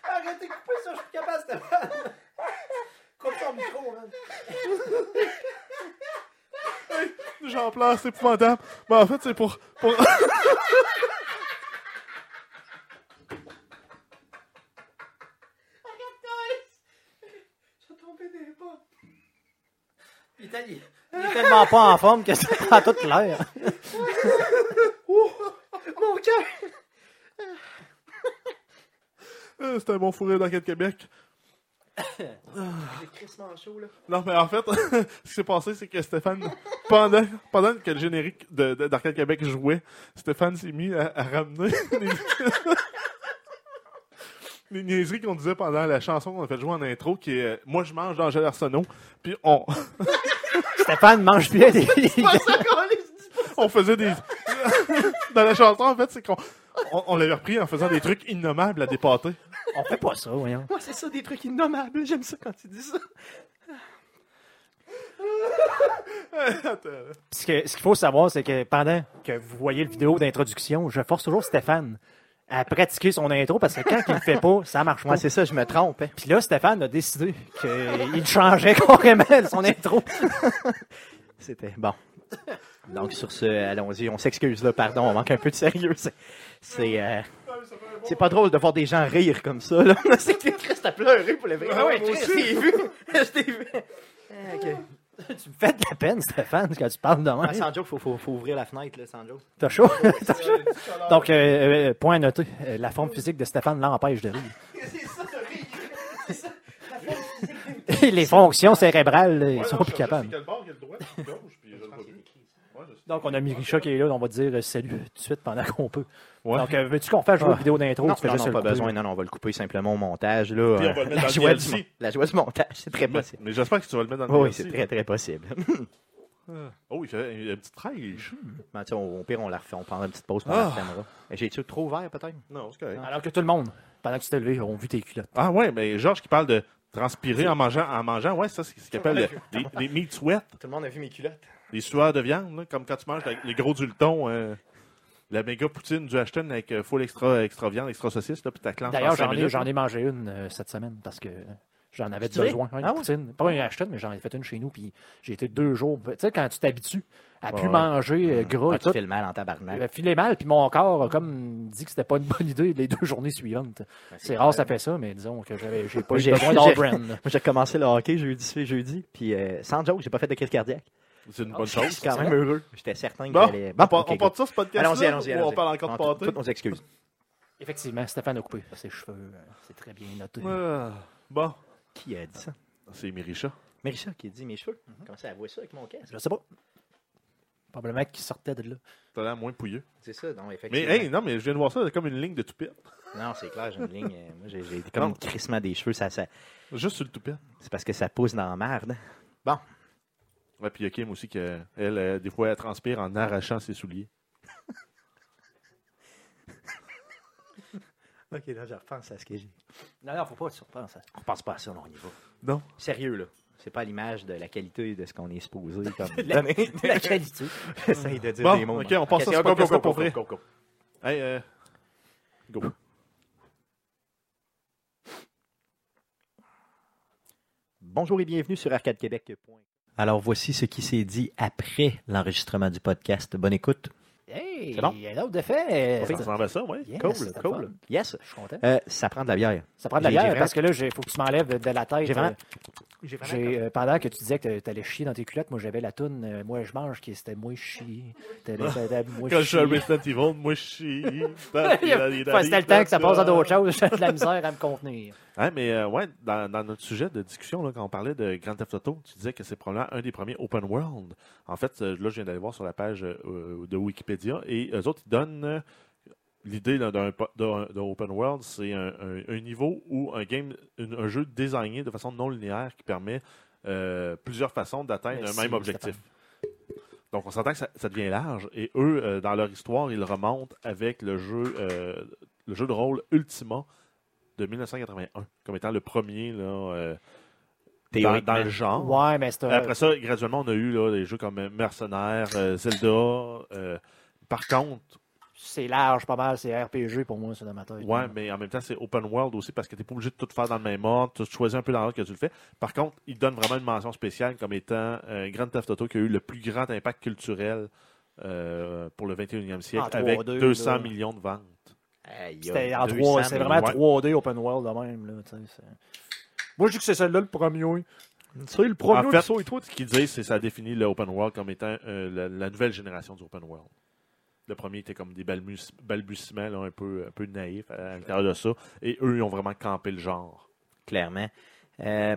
Arrêtez de couper ça, je suis capable de Coupe ton micro, hein. man. J'en place, c'est épouvantable. Mais en fait, c'est pour. pour... Il est, il est tellement pas en forme que ça prend toute l'air. Mon cœur! Euh, C'était un bon fourré d'enquête Québec. Non, mais en fait, ce qui s'est passé, c'est que Stéphane, pendant, pendant que le générique de- de- d'Arcade Québec jouait, Stéphane s'est mis à, à ramener les, les niaiseries qu'on disait pendant la chanson qu'on a fait jouer en intro, qui est euh, Moi, je mange d'Angèle Arsenault. Puis on, Stéphane mange bien des. on faisait des. Dans la chanson, en fait, c'est qu'on on, on l'avait repris en faisant des trucs innommables à dépater. On fait pas ça, voyons. Moi, c'est ça, des trucs innommables. J'aime ça quand tu dis ça. Attends, là. Ce que- ce qu'il faut savoir, c'est que pendant que vous voyez le vidéo d'introduction, je force toujours Stéphane à pratiquer son intro parce que quand il le fait pas, ça marche pas. Moi, c'est ça, je me trompe. hein. Puis là, Stéphane a décidé qu'il changeait carrément son intro. C'était bon. Donc, sur ce, allons-y. On s'excuse, là, pardon, on manque un peu de sérieux. C'est, c'est, euh, c'est pas drôle de voir des gens rire comme ça, là. c'est que Christ a pleuré pour le vrai. Ah ouais, Christ, je vu. Je t'ai vu. Tu me fais de la peine, Stéphane, quand tu parles de moi. sans joke, faut, faut, faut ouvrir la fenêtre, là, sans joke. T'as chaud? T'as chaud? Donc, euh, euh, point à noter, euh, la forme physique de Stéphane l'empêche de rire. C'est ça, de rire. C'est ça. Les fonctions cérébrales, là, ils sont Ouais, non, plus je cherchais capables. sur Quel bord, quel droit, quel gauche, puis je l'ai pas vu. Ouais, je sais. Donc, on a Mirisha qui est là, on va dire euh, salut tout de suite pendant qu'on peut. Ouais. Donc, euh, veux-tu qu'on fasse jouer Ah. une vidéo d'intro? Non, tu fais non, juste non, le pas couper? besoin. Non, non, on va le couper simplement au montage, là. Puis on Euh, va le mettre la, dans le joie du, DLC. mon- la joie du montage, c'est très possible. Mais j'espère que tu vas le mettre dans le Oui, oui, DLC. c'est très, très possible. Ah. Oh, il fait une, une petite trêche. Mais tu sais, au au pire, on la refait. On prendra une petite pause pour Ah. la caméra. J'ai-tu trop ouvert, peut-être? Non, c'est Ah. correct. Alors que tout le monde, pendant que tu t'es levé, ont vu tes culottes. Ah ouais, mais Georges qui parle de transpirer en mangeant, en mangeant, ouais, ça c'est ce qu'on appelle le- les, les meat sweats, Tout le monde a vu mes culottes. les sueurs de viande, là, comme quand tu manges la- le gros du leton, euh, la méga poutine du Ashton avec euh, full extra, extra viande, extra saucisse, là, puis ta Ah, clanche. D'ailleurs, j'en ai, j'en ai mangé une euh, cette semaine parce que j'en avais Tu sais? besoin. Une Ah ouais? poutine. Pas une Ashton, mais j'en ai fait une chez nous. Puis j'ai été deux jours. Tu sais, quand tu t'habitues à plus Ouais. manger euh, gras et tu tout, fais le mal en tabarnak. euh, filer mal. Puis mon corps a comme dit que c'était pas une bonne idée les deux journées suivantes. C'est rare, ça fait ça, mais disons que j'avais, j'ai pas eu J'ai- besoin j'ai- d'All-Brand. Moi, j'ai commencé le hockey jeudi, jeudi puis euh, sans joke, j'ai pas fait de crise cardiaque. C'est une bonne Je chose. suis quand même heureux. J'étais certain que Bon, j'allais... on, Ah, part- ok, on part de ça, ce go. podcast Allons-y, allons-y, allons-y. on parle encore de On- pâté. Toutes nos excuses. Effectivement, Stéphane a coupé ses cheveux. euh, C'est très bien noté. Ah, bon, Ah, Qui a dit ça? c'est Mirisha. Mélissa qui a dit mes cheveux. Comment Mhm. ça, elle voit ça avec mon casque? Je sais pas. Probablement qu'il sortait de là. T'as l'air moins pouilleux. C'est ça, non, Mais, effectivement. hey, non, mais je viens de voir ça, comme une ligne de toupette. Non, c'est clair, j'ai une ligne... euh, moi, j'ai j'ai comme un crissement des cheveux. Ça, ça, Juste sur le toupette. c'est parce que ça pousse dans la merde. Ouais, puis il y a Kim aussi, que, elle, euh, des fois, elle transpire en arrachant ses souliers. Ok, là, je repense à ce que j'ai. Non, non, faut pas que tu repenses à ça. On repense pas à ça, non, on y va. Non. Sérieux, là. C'est pas à l'image de la qualité de ce qu'on est supposé. Comme... La, la qualité. J'essaye de dire Bon, des mots. ok, on passe à Ok, go, ce go, podcast-là go, pour go, vrai. go, go, go. Hey, euh, go. Bonjour et bienvenue sur arcadequebec.com. Alors, voici ce qui s'est dit après l'enregistrement du podcast. Bonne écoute. Hey, C'est bon? il y a d'autre de fait. Ça ressemble à ça, ouais. Yes, cool, c'est cool. fun. Yes. Je suis content. Euh, ça prend de la bière. Ça prend de la j'ai- j'ai bière vraiment- parce que là, il faut que tu m'enlèves de, de la tête. J'ai vraiment- euh, j'ai, euh, pendant que tu disais que t'allais chier dans tes culottes, moi j'avais la toune euh, Moi je mange qui c'était Moi chier. T'allais- t'allais- Moi Quand je suis à chier. Resident Evil, moi je suis. Enfin, C'était le temps que ça passe à d'autres choses. J'ai de la misère à me contenir. Ouais, mais euh, ouais, dans, dans notre sujet de discussion, là, quand on parlait de Grand Theft Auto, tu disais que c'est probablement un des premiers open world. En fait, euh, là, je viens d'aller voir sur la page euh, de Wikipédia et eux autres, ils donnent euh, l'idée d'un- d'un po- d'un d'un open world. C'est un, un- un niveau ou un game, une- un jeu désigné de façon non linéaire qui permet euh, plusieurs façons d'atteindre Merci, un même objectif. Donc, on s'entend que ça, ça devient large. Et eux, euh, dans leur histoire, ils remontent avec le jeu, euh, le jeu de rôle Ultima de 1981 comme étant le premier là, euh, dans, Théoriquement. dans le genre. Ouais, euh, mais c'est un. Après ça, graduellement, on a eu là, des jeux comme Mercenaires, euh, Zelda. euh, par contre, C'est large, pas mal. C'est RPG pour moi, c'est dans ma tête. ouais, mais en même temps, c'est open world aussi parce que tu n'es pas obligé de tout faire dans le même ordre. Tu choisis un peu dans l'ordre que tu le fais. Par contre, ils donnent vraiment une mention spéciale comme étant euh, Grand Theft Auto qui a eu le plus grand impact culturel euh, pour le 21e siècle En avec 3D, 200 là. millions de ventes. Aïe, C'était en 200 3, c'est vraiment ouais. 3D open world de même. Là, tu sais, c'est- moi, je dis que c'est celle-là le premier. C'est le premier premier qui saut et tout. Ce qu'ils disent, c'est que ça définit le open world comme étant euh, la, la nouvelle génération du open world. Le premier était comme des balmus- balbutiements là, un, peu, un peu naïfs à, à l'intérieur de ça. Et eux, ils ont vraiment campé le genre. Clairement. Euh,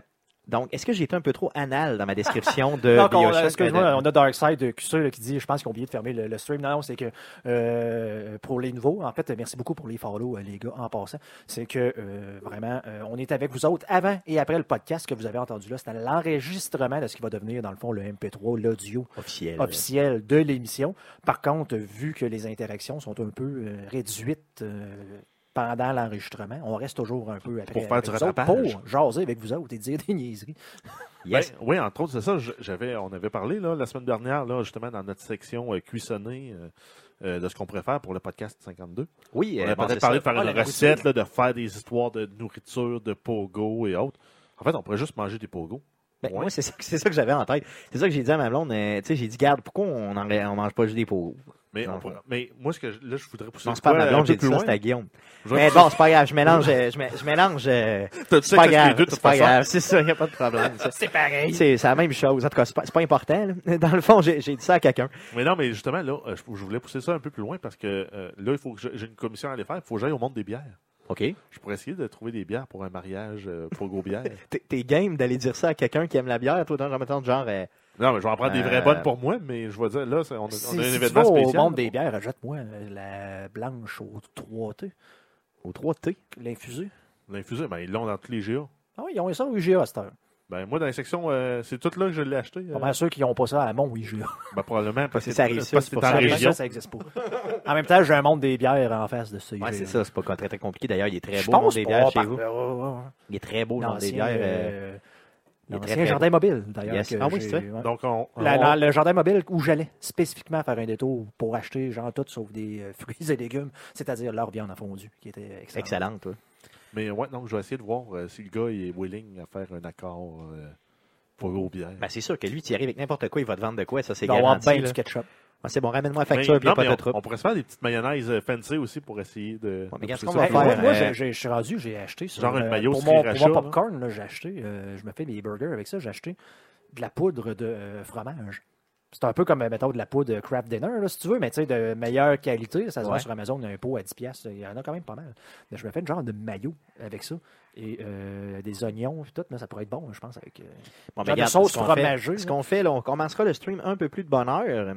donc, est-ce que j'ai été un peu trop anal dans ma description de Donc, on, euh, euh, Bioshock? euh, excuse-moi, on a Darkseid de QC là, qui dit Je pense qu'ils ont oublié de fermer le, le stream. Non, non, c'est que euh, pour les nouveaux, en fait, merci beaucoup pour les follow, euh, les gars, en passant. C'est que euh, vraiment, euh, on est avec vous autres avant et après le podcast que vous avez entendu là. C'était l'enregistrement de ce qui va devenir, dans le fond, le MP3, l'audio officiel. officiel de l'émission. Par contre, vu que les interactions sont un peu euh, réduites euh, pendant l'enregistrement, on reste toujours un peu après Pour faire avec du vous autres, rattrapage. pour jaser avec vous autres et dire des niaiseries. Yes. Ben, oui, entre autres, c'est ça. je- J'avais, on avait parlé là, la semaine dernière, là, justement, dans notre section euh, cuissonnée euh, euh, de ce qu'on préfère pour le podcast 52. oui, On euh, a bon, peut-être c'est parlé ça. de faire Ah, la une nourriture. recette, là, de faire des histoires de nourriture, de pogo et autres. En fait, on pourrait juste manger des pogos. Ben, Ouais. Moi, c'est ça, que- c'est ça que j'avais en tête. C'est ça que j'ai dit à ma blonde. euh, tu sais, j'ai dit, garde, pourquoi on ne mange pas juste des pots? Mais, Dans on le fond. pourrait- mais moi, ce que je- là, je voudrais pousser Non, le c'est pas à poil ma un blonde, peu j'ai dit plus ça, loin. c'était à Guillaume. Je voudrais Mais pousser- bon, c'est pas grave, je mélange. euh, Je, mé- je mélange. euh, T'as dit C'est ça pas avec les grave, deux, de c'est toute pas façon. grave, c'est ça, il n'y a pas de problème. ça. C'est pareil. C'est c'est la même chose. En tout cas, c'est pas, c'est pas important. là. Dans le fond, j'ai j'ai dit ça à quelqu'un. Mais non, mais justement, là, euh, je, je voulais pousser ça un peu plus loin parce que euh, là, il faut que je- j'ai une commission à aller faire. Il faut que j'aille au monde des bières. OK. Je pourrais essayer de trouver des bières pour un mariage euh, Pogo bière. T'es- T'es game d'aller dire ça à quelqu'un qui aime la bière, toi, dans le temps, genre. euh, Non, mais je vais en prendre des vraies Euh, bonnes pour moi, mais je vais dire, là, c'est- on a, on a Si, un si tu vas événement spécial. au monde des bières, rajoute-moi euh, la blanche au 3T, au 3T. l'infusée. L'infusé, ben, ils l'ont dans tous les GA. Ah oui, ils ont ça au IGA à cette heure. Ben, moi, dans la section, euh, c'est tout là que je l'ai acheté. euh, Pas mal sûr qu'ils n'ont pas ça à mon IGA. ben, probablement parce C'est que ça, arrive parce que ça, t'es en c'est pour région. Ça, ça existe pas. En même temps, j'ai un monde des bières en face de ce IGA. Ouais, c'est ça, c'est pas très, très compliqué. D'ailleurs, il est très euh, Je beau, le monde pense des pas, bières, chez par- vous. Ouais, ouais, ouais. Il est très beau, le monde des L'ancien, bières. euh, euh, il est très, l'ancien très jardin mobile, d'ailleurs. Yes. que Ah oui, j'ai- c'est vrai. ouais. Donc, on. La- on- la- le jardin mobile où j'allais spécifiquement faire un détour pour acheter genre tout sauf des euh, fruits et légumes, c'est-à-dire leur viande en fondue, qui était excellente. Excellent, euh, toi. Mais ouais, donc, je vais essayer de voir euh, si le gars il est willing à faire un accord euh, Pogo bière. Ben, c'est sûr que lui, tu y arrives avec n'importe quoi, il va te vendre de quoi, ça, c'est Il doit avoir garanti. bien là. du ketchup. Ah, c'est bon, ramène-moi la Mais- facture, puis non, pas mais de on- trouble. on, pourrait se faire des petites mayonnaises euh, fancy aussi pour essayer de. Ouais, mais de qu'est-ce pousser qu'on ça va Hey, plus faire, moi, loin. moi, euh, j'ai- j'ai- je suis rendu, j'ai acheté sur, Genre un euh, maillot pour, mon, pour sriracha, mon là. popcorn, là, j'ai acheté, euh, je me fais mes burgers avec ça, j'ai acheté de la poudre de euh, fromage. C'est un peu comme, euh, mettons, de la poudre craft dinner, là, si tu veux, mais tu sais, de meilleure qualité. Ça se vend Ouais. sur Amazon, un pot à 10$. piastres, Il y en a quand même pas mal. Mais je me fais une genre de maillot avec ça. Et euh, des oignons, puis tout, mais ça pourrait être bon, je pense. Avec, euh, Bon, ben, Genre de regarde, sauce ce qu'on fait- fromagée, Ce là. qu'on fait, là, on commencera le stream un peu plus de bonne heure,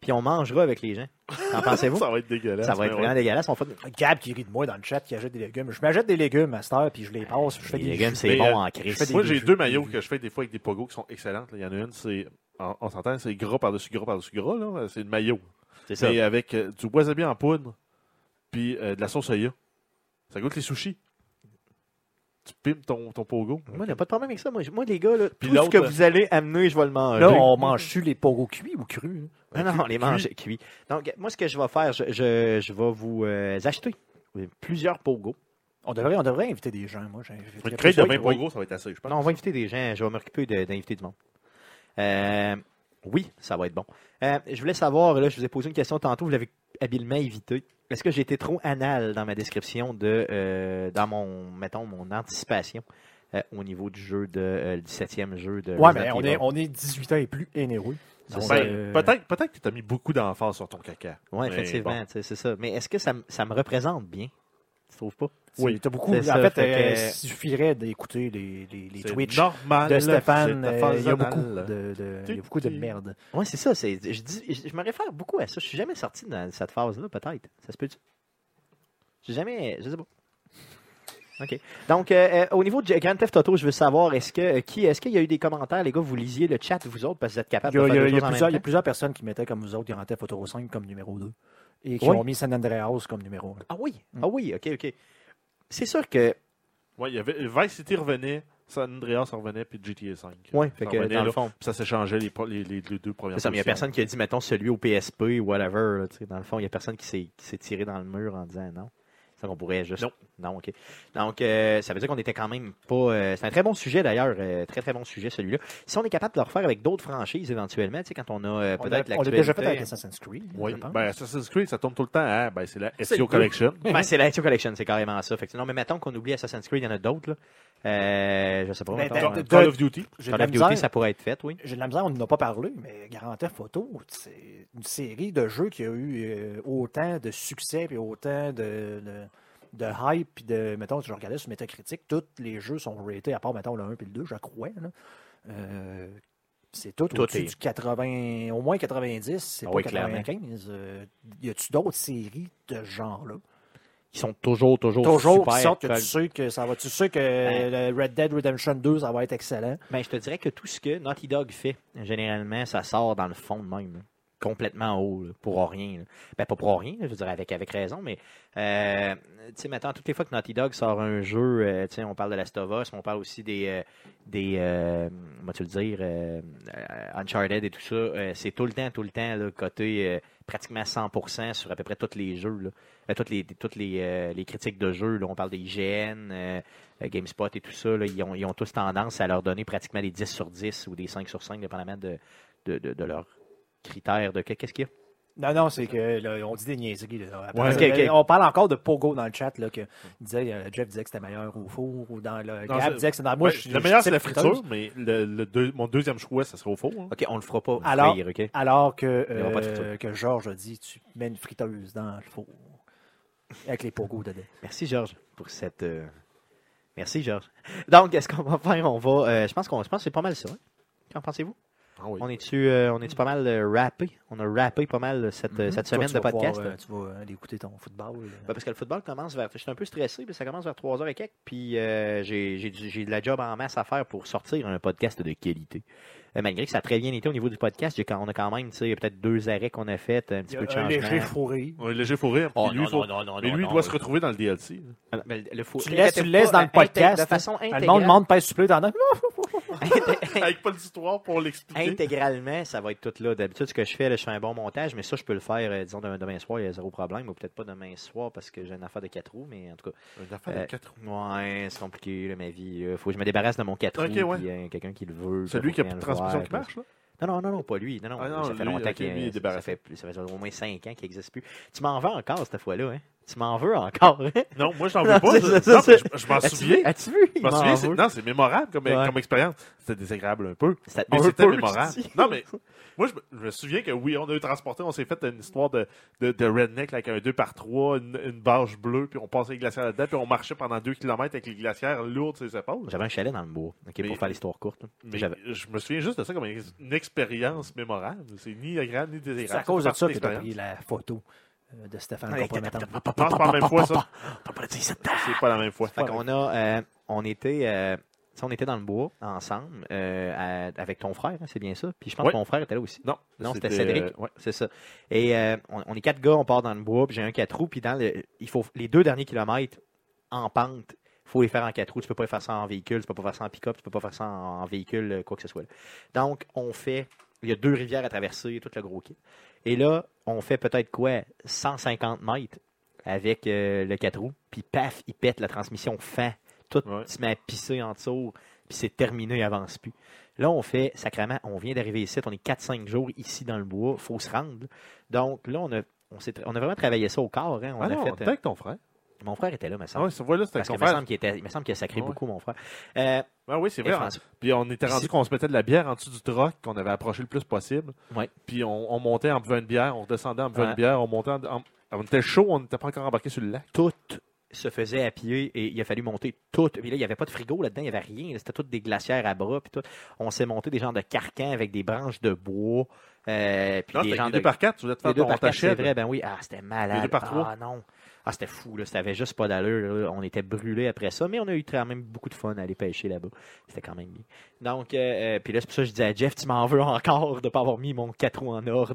puis on mangera avec les gens. Qu'en pensez-vous? Ça va être dégueulasse. Ça va être mais vraiment ouais. dégueulasse. On fait... de- Gab qui rit de moi dans le chat, qui achète des légumes. Je m'achète des légumes à cette heure, puis je les passe. Je fais Les des légumes, jus. c'est Mais, bon euh, en je fais crise. des- Moi, j'ai deux maillots que je fais des fois avec des pogos qui sont excellentes. là. Il y en a une, c'est. On, on s'entend, c'est gras par-dessus gras par-dessus gras, là. C'est une maillot. C'est ça. C'est avec euh, du wasabi en poudre, puis euh, de la sauce soya. Ça goûte les sushis. Tu pimes ton, ton pogo. Moi, il n'y a pas de problème avec ça. Moi, je- moi, les gars, là, Puis tout ce que l'autre, vous allez amener, je vais le manger. Là, on mange-tu les poros cuits ou crus? Non, Ah non, on les mange cuits. Donc, moi, ce que je vais faire, je, je, je vais vous euh, acheter plusieurs pogos. On devrait, on devrait inviter des gens, moi. Une crête de Oui, 20 oui. pogo, ça va être assez, je pense. Ah Non, on va inviter des gens. Je vais m'occuper de- d'inviter du monde. Euh, oui, ça va être bon. Euh, je voulais savoir, là, je vous ai posé une question tantôt, vous l'avez habilement évité. Est-ce que j'ai été trop anal dans ma description de, euh, dans mon, mettons, mon anticipation euh, au niveau du jeu de, euh, le 17e jeu de Ouais, Resident mais on Evil? est, on est 18 ans et plus énéreux. C'est Donc, ça. Ben, euh, Peut-être peut que tu as mis beaucoup d'emphase sur ton caca. Oui, Mais effectivement, tu sais, c'est ça. Mais est-ce que ça, me- ça me représente bien? Tu trouves pas? Oui, t'as beaucoup. C'est En ça, fait, fait euh, que- il suffirait d'écouter les, les, les C'est Twitch normal. de là, Stéphane. c'est euh, phase il y a beaucoup anale. de, de- il y a beaucoup de merde. Oui, c'est ça. c'est- je, dis, je, je me réfère beaucoup à ça. Je suis jamais sorti dans cette phase-là, peut-être. Ça se peut-tu? J'ai jamais. Je sais pas. OK. Donc, euh, euh, au niveau de Grand Theft Auto, je veux savoir, est-ce que euh, qui est-ce qu'il y a eu des commentaires, les gars, vous lisiez le chat, vous autres, parce que vous êtes Il capables y a, de faire deux il y a- il y a choses en même plusieurs, il y a temps? plusieurs personnes qui mettaient comme vous autres Grand Theft Auto 5 comme numéro 2 et qui Oui. ont mis San Andreas comme numéro Ah oui, Mm. ah oui, OK, OK. C'est sûr que. Ouais, il y avait Vice City revenait, San Andreas revenait, puis GTA 5. Oui, fait que dans le fond. Puis ça s'échangeait les, pro- les, les, les deux premières C'est ça, mais il n'y a positions. personne qui a dit, mettons, celui au PSP ou whatever. là, tu sais, dans le fond, il n'y a personne qui s'est qui s'est tiré dans le mur en disant non. Ça, on pourrait juste. Non. OK. Donc, euh, ça veut dire qu'on était quand même pas. euh, c'est un très bon sujet d'ailleurs. euh, très, très bon sujet celui-là. Si on est capable de le refaire avec d'autres franchises éventuellement, tu sais, quand on a euh, On l'a peut-être on l'a déjà fait avec l'actualité- Assassin's Creed, Oui, je pense. ben Assassin's Creed, ça tombe tout le temps à ben, c'est la C'est le SEO deux. Ben, Collection. Ouais, c'est la Ezio Collection, c'est carrément ça. Fait que, non, mais mettons qu'on oublie Assassin's Creed, il y en a d'autres. Là. Euh, je sais pas. Mais mettons, t'as- hein. Call de- Call of Duty. J'ai de Call la of Duty, misère- ça pourrait être fait, oui. J'ai de la misère, on n'en a pas parlé, mais Grand Theft Auto, c'est une série de jeux qui a eu euh, autant de succès et autant de, de, de hype. Puis de, mettons, je regardais sur Metacritic, tous les jeux sont ratés, à part, mettons, le 1 et le 2, je crois. là. Euh, c'est tout, Tout au-dessus est- du 80, au moins 90, c'est Ah pas oui, clairement. 95. Euh, y a-tu d'autres séries de ce genre-là? Ils sont toujours, toujours, Toujours, super Ben qui sortent, que cool. tu sais que ça va, tu sais que le Red Dead Redemption 2, ça va être excellent. Ben, je te dirais que tout ce que Naughty Dog fait, généralement, ça sort dans le fond de même. là. Complètement haut, là, pour rien. là. Ben, pas pour rien, là, je veux dire, avec, avec raison, mais euh, tu sais, maintenant, toutes les fois que Naughty Dog sort un jeu, euh, tu sais, on parle de Last of Us, mais on parle aussi des, euh, des euh, comment tu le dire, euh, euh, Uncharted et tout ça, euh, c'est tout le temps, tout le temps, là, côté euh, pratiquement 100% sur à peu près tous les jeux, là. Euh, toutes les, toutes les, euh, les critiques de jeux, là, on parle des IGN, euh, euh, GameSpot et tout ça, là, ils, ont, ils ont tous tendance à leur donner pratiquement des 10 sur 10 ou des 5 sur 5, dépendamment de, de, de, de leurs critères de que- qu'est-ce qu'il y a. Non, non, c'est que là, on dit des niaiseries. là. Après, Ouais. ça, Ok, ok. là, On parle encore de Pogo dans le chat. Là, que disait, euh, Jeff disait que c'était meilleur au four ou dans le. Non, Gab c'est- disait que c'était dans. Moi, Ben, je, le je- meilleur, je- c'est la friture, mais le, le deux- mon deuxième choix, ça serait au four. hein. OK, on le fera pas Alors- frire, OK? Alors que, Il y aura pas de euh, friture. que Georges a dit tu mets une friteuse dans le four. Avec les Pogo dedans. Merci, Georges, pour cette... euh, Merci, Georges. Donc, est-ce qu'on va faire? On va... euh, je pense qu'on je pense que c'est pas mal ça. hein? Qu'en pensez-vous? Ah oui. On est-tu euh, on est pas mal euh, rappé? On a rappé pas mal cette, euh, cette Mm-hmm. semaine Toi, tu de vas pouvoir, podcast. euh, tu vas aller écouter ton football. euh. là. Ben, parce que le football commence vers. Je suis un peu stressé, puis ça commence vers 3h et quelques. Puis euh, j'ai j'ai du- j'ai de la job en masse à faire pour sortir un podcast de qualité. Euh, malgré que ça a très bien été au niveau du podcast, j'ai quand- on a quand même, tu sais, peut-être deux arrêts qu'on a fait, un petit peu de un léger changement. fourré. Un léger faux rire. Oh, puis lui, faut- mais lui, il doit se retrouver dans le DLC. là. Ah, non, ben, le fou- Tu le laisses- tu le laisses dans le Intègre- podcast, De façon Le monde intégrale. monte, pèse supplé, t'en as. Avec pas d'histoire pour l'expliquer. Intégralement, ça va être tout là. D'habitude, ce que je fais, là, je fais un bon montage, mais ça, je peux le faire, euh, disons, demain, demain soir, il y a zéro problème, ou peut-être pas demain soir parce que j'ai une affaire de 4 roues, mais en tout cas. Une affaire Euh, de quatre roues. Ouais, c'est compliqué, là, ma vie. Il faut que je me débarrasse de mon 4 Ok, roues, ouais. puis, euh, quelqu'un qui le veut. Celui puis qui a faut qu'il vienne plus de le transmission voir, qui marche, là. Non, non, non, non, pas lui. Non, non, Ah non, ça fait lui, longtemps ok, qu'il lui, il est ça- ça débarrassé. fait, plus- ça fait au moins 5 ans qu'il n'existe plus. Tu m'en veux encore cette fois-là, hein? Tu m'en veux encore, hein? Non, moi, j'en Non, veux pas. c'est ça, ça. ça, Non, mais c'est- je- Je m'en As-tu souviens. vu? As-tu vu? Je Il m'en m'en souviens, c'est- veut. non, c'est mémorable comme, Ouais. comme expérience. C'était désagréable un peu, C'est- mais un c'était peu, mémorable. tu dis. Non, mais moi, je, me- je me souviens que oui, on a eu transporté, on s'est fait une histoire de, de, de redneck avec un 2 par 3 une, une barge bleue, puis on passait les glacières là-dedans, puis on marchait pendant 2 km avec les glacières lourdes sur les épaules. J'avais un chalet dans le bois, ok, Mais- pour faire l'histoire courte. là. Mais J'avais- je me souviens juste de ça comme une, une expérience mémorable. C'est ni agréable ni désagréable. C'est à cause de fait ça que partie t'as de pris la photo euh, de Ah, Stéphane Ouais, compromettant. l'expérience. Non, c'est pas la même fois, ça. C'est pas la même fois. Fait qu'on a, euh, on était, euh, tu sais, on était dans le bois ensemble euh, à- avec ton frère, hein, c'est bien ça. Puis je pense Ouais. que mon frère était là aussi. Non, Non, c'était Cédric. euh, ouais. C'est ça. Et euh, on, on est quatre gars, on part dans le bois, puis j'ai un quatre roues, puis dans le, il faut les deux derniers kilomètres, en pente. faut les faire en quatre roues. Tu peux pas les faire ça en véhicule, tu peux pas faire ça en pick-up, tu peux pas faire ça en, en véhicule, euh, quoi que ce soit. là. Donc, on fait. Il y a deux rivières à traverser, tout le gros kit. Et là, on fait peut-être quoi 150 mètres avec euh, le quatre roues. Puis paf, il pète la transmission fin. Tout Ouais. se met à pisser en dessous. Puis c'est terminé, il avance plus. Là, on fait sacrément, on vient d'arriver ici, on est 4-5 jours ici dans le bois, faut se rendre. Donc là, on a, on s'est tra- on a vraiment travaillé ça au corps. hein. On ah a non, fait, t'es euh, avec ton frère. mon frère était là, me Ah semble. oui, ça, voilà, c'était Parce avec ton qu'il me frère. Ah semble qu'il était- il me semble qu'il a sacré Ouais. beaucoup, mon frère. Euh, Ah oui, c'est et vrai. François. Puis on était rendu Si- qu'on se mettait de la bière en dessous du troc qu'on avait approché le plus possible. Ouais. Puis on, on montait en buvant une bière, on redescendait en buvant Ouais. une bière, on montait en, en- On était chaud, on n'était pas encore embarqué sur le lac. tout se faisait à pied et il a fallu monter tout. Puis là, il n'y avait pas de frigo là-dedans, il n'y avait rien. là. C'était toutes des glacières à bras. Puis tout. On s'est monté des genres de carcans avec des branches de bois. euh, puis Non, des c'était gens les de deux par quatre, tu voulais te Les faire deux ton par quatre, c'est tachette. vrai, ben oui. Ah, c'était malade. Les deux par trois. Ah non. Ah, c'était fou, là. C'était juste pas d'allure. là. On était brûlés après ça, mais on a eu quand même beaucoup de fun à aller pêcher là-bas. C'était quand même bien. Donc, euh, euh, puis là, c'est pour ça que je disais à Jeff, tu m'en veux encore de pas avoir mis mon 4 roues en ordre.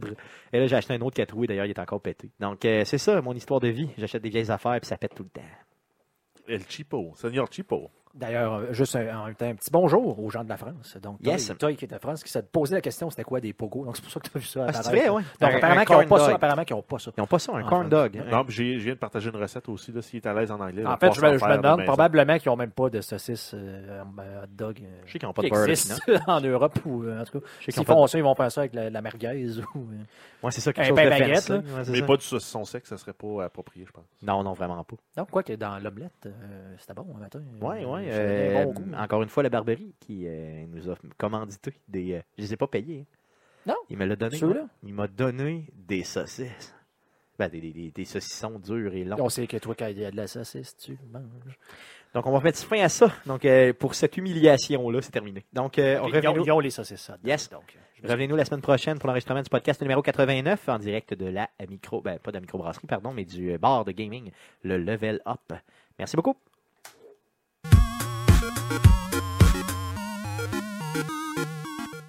Et là, j'ai acheté un autre 4 roues et d'ailleurs, il est encore pété. Donc, euh, c'est ça, mon histoire de vie. J'achète des vieilles affaires puis ça pète tout le temps. El Chipo, Seigneur Chipo. D'ailleurs, euh, juste un, en même temps, un petit bonjour aux gens de la France. Donc, Toy- Yes. Toy qui est de France, qui s'est posé la question c'était quoi des pogos. Donc, c'est pour ça que tu as vu ça. Ah, c'est apparaître. vrai, ouais. Donc, Un- un apparemment, qu'ils n'ont corn pas ça. dog. Apparemment, qu'ils n'ont pas ça. Ils n'ont pas ça, un Enfin, corn dog. Non, puis j'ai- je viens de partager une recette aussi, là, s'il est à l'aise en anglais. là, En on fait, va je s'en me, je faire me de demande maison. probablement qu'ils n'ont même pas de saucisses euh, en- euh, hot dog. euh, Je sais qu'ils n'ont pas qui de beurre. existent sinon. en Europe ou euh, en tout cas. Je sais qu'ils S'ils ont pas de- font ça, ils vont faire ça avec la, la merguez ou. euh, Ouais, c'est ça, quelque Un chose pain de baguette, fancy. là. Ouais, c'est Mais ça. pas du saucisson sec, ça serait pas approprié, je pense. Non, non, vraiment pas. Non, quoi que dans l'omelette, euh, c'était bon un matin. Oui, Euh, oui. ça donnait un bon goût. encore une fois, la Barberie qui euh, nous a commandité des. euh, je ne les ai pas payés. hein. Non? Il me l'a donné. Ceux-là? ouais. Il m'a donné des saucisses. Ben, des, des- des- des saucissons durs et longs. On sait que toi, quand il y a de la saucisse, tu manges. Donc, on va mettre fin à ça. Donc, euh, pour cette humiliation-là, c'est terminé. Donc, euh, on Ils revient ont, ils ont les saucisses. hot dog, Yes. Donc, euh. je me suis- Revenez-nous la semaine prochaine pour l'enregistrement du podcast numéro 89 en direct de euh, la micro, ben, pas de la microbrasserie, pardon, mais du bar de gaming, le Level Up. Merci beaucoup.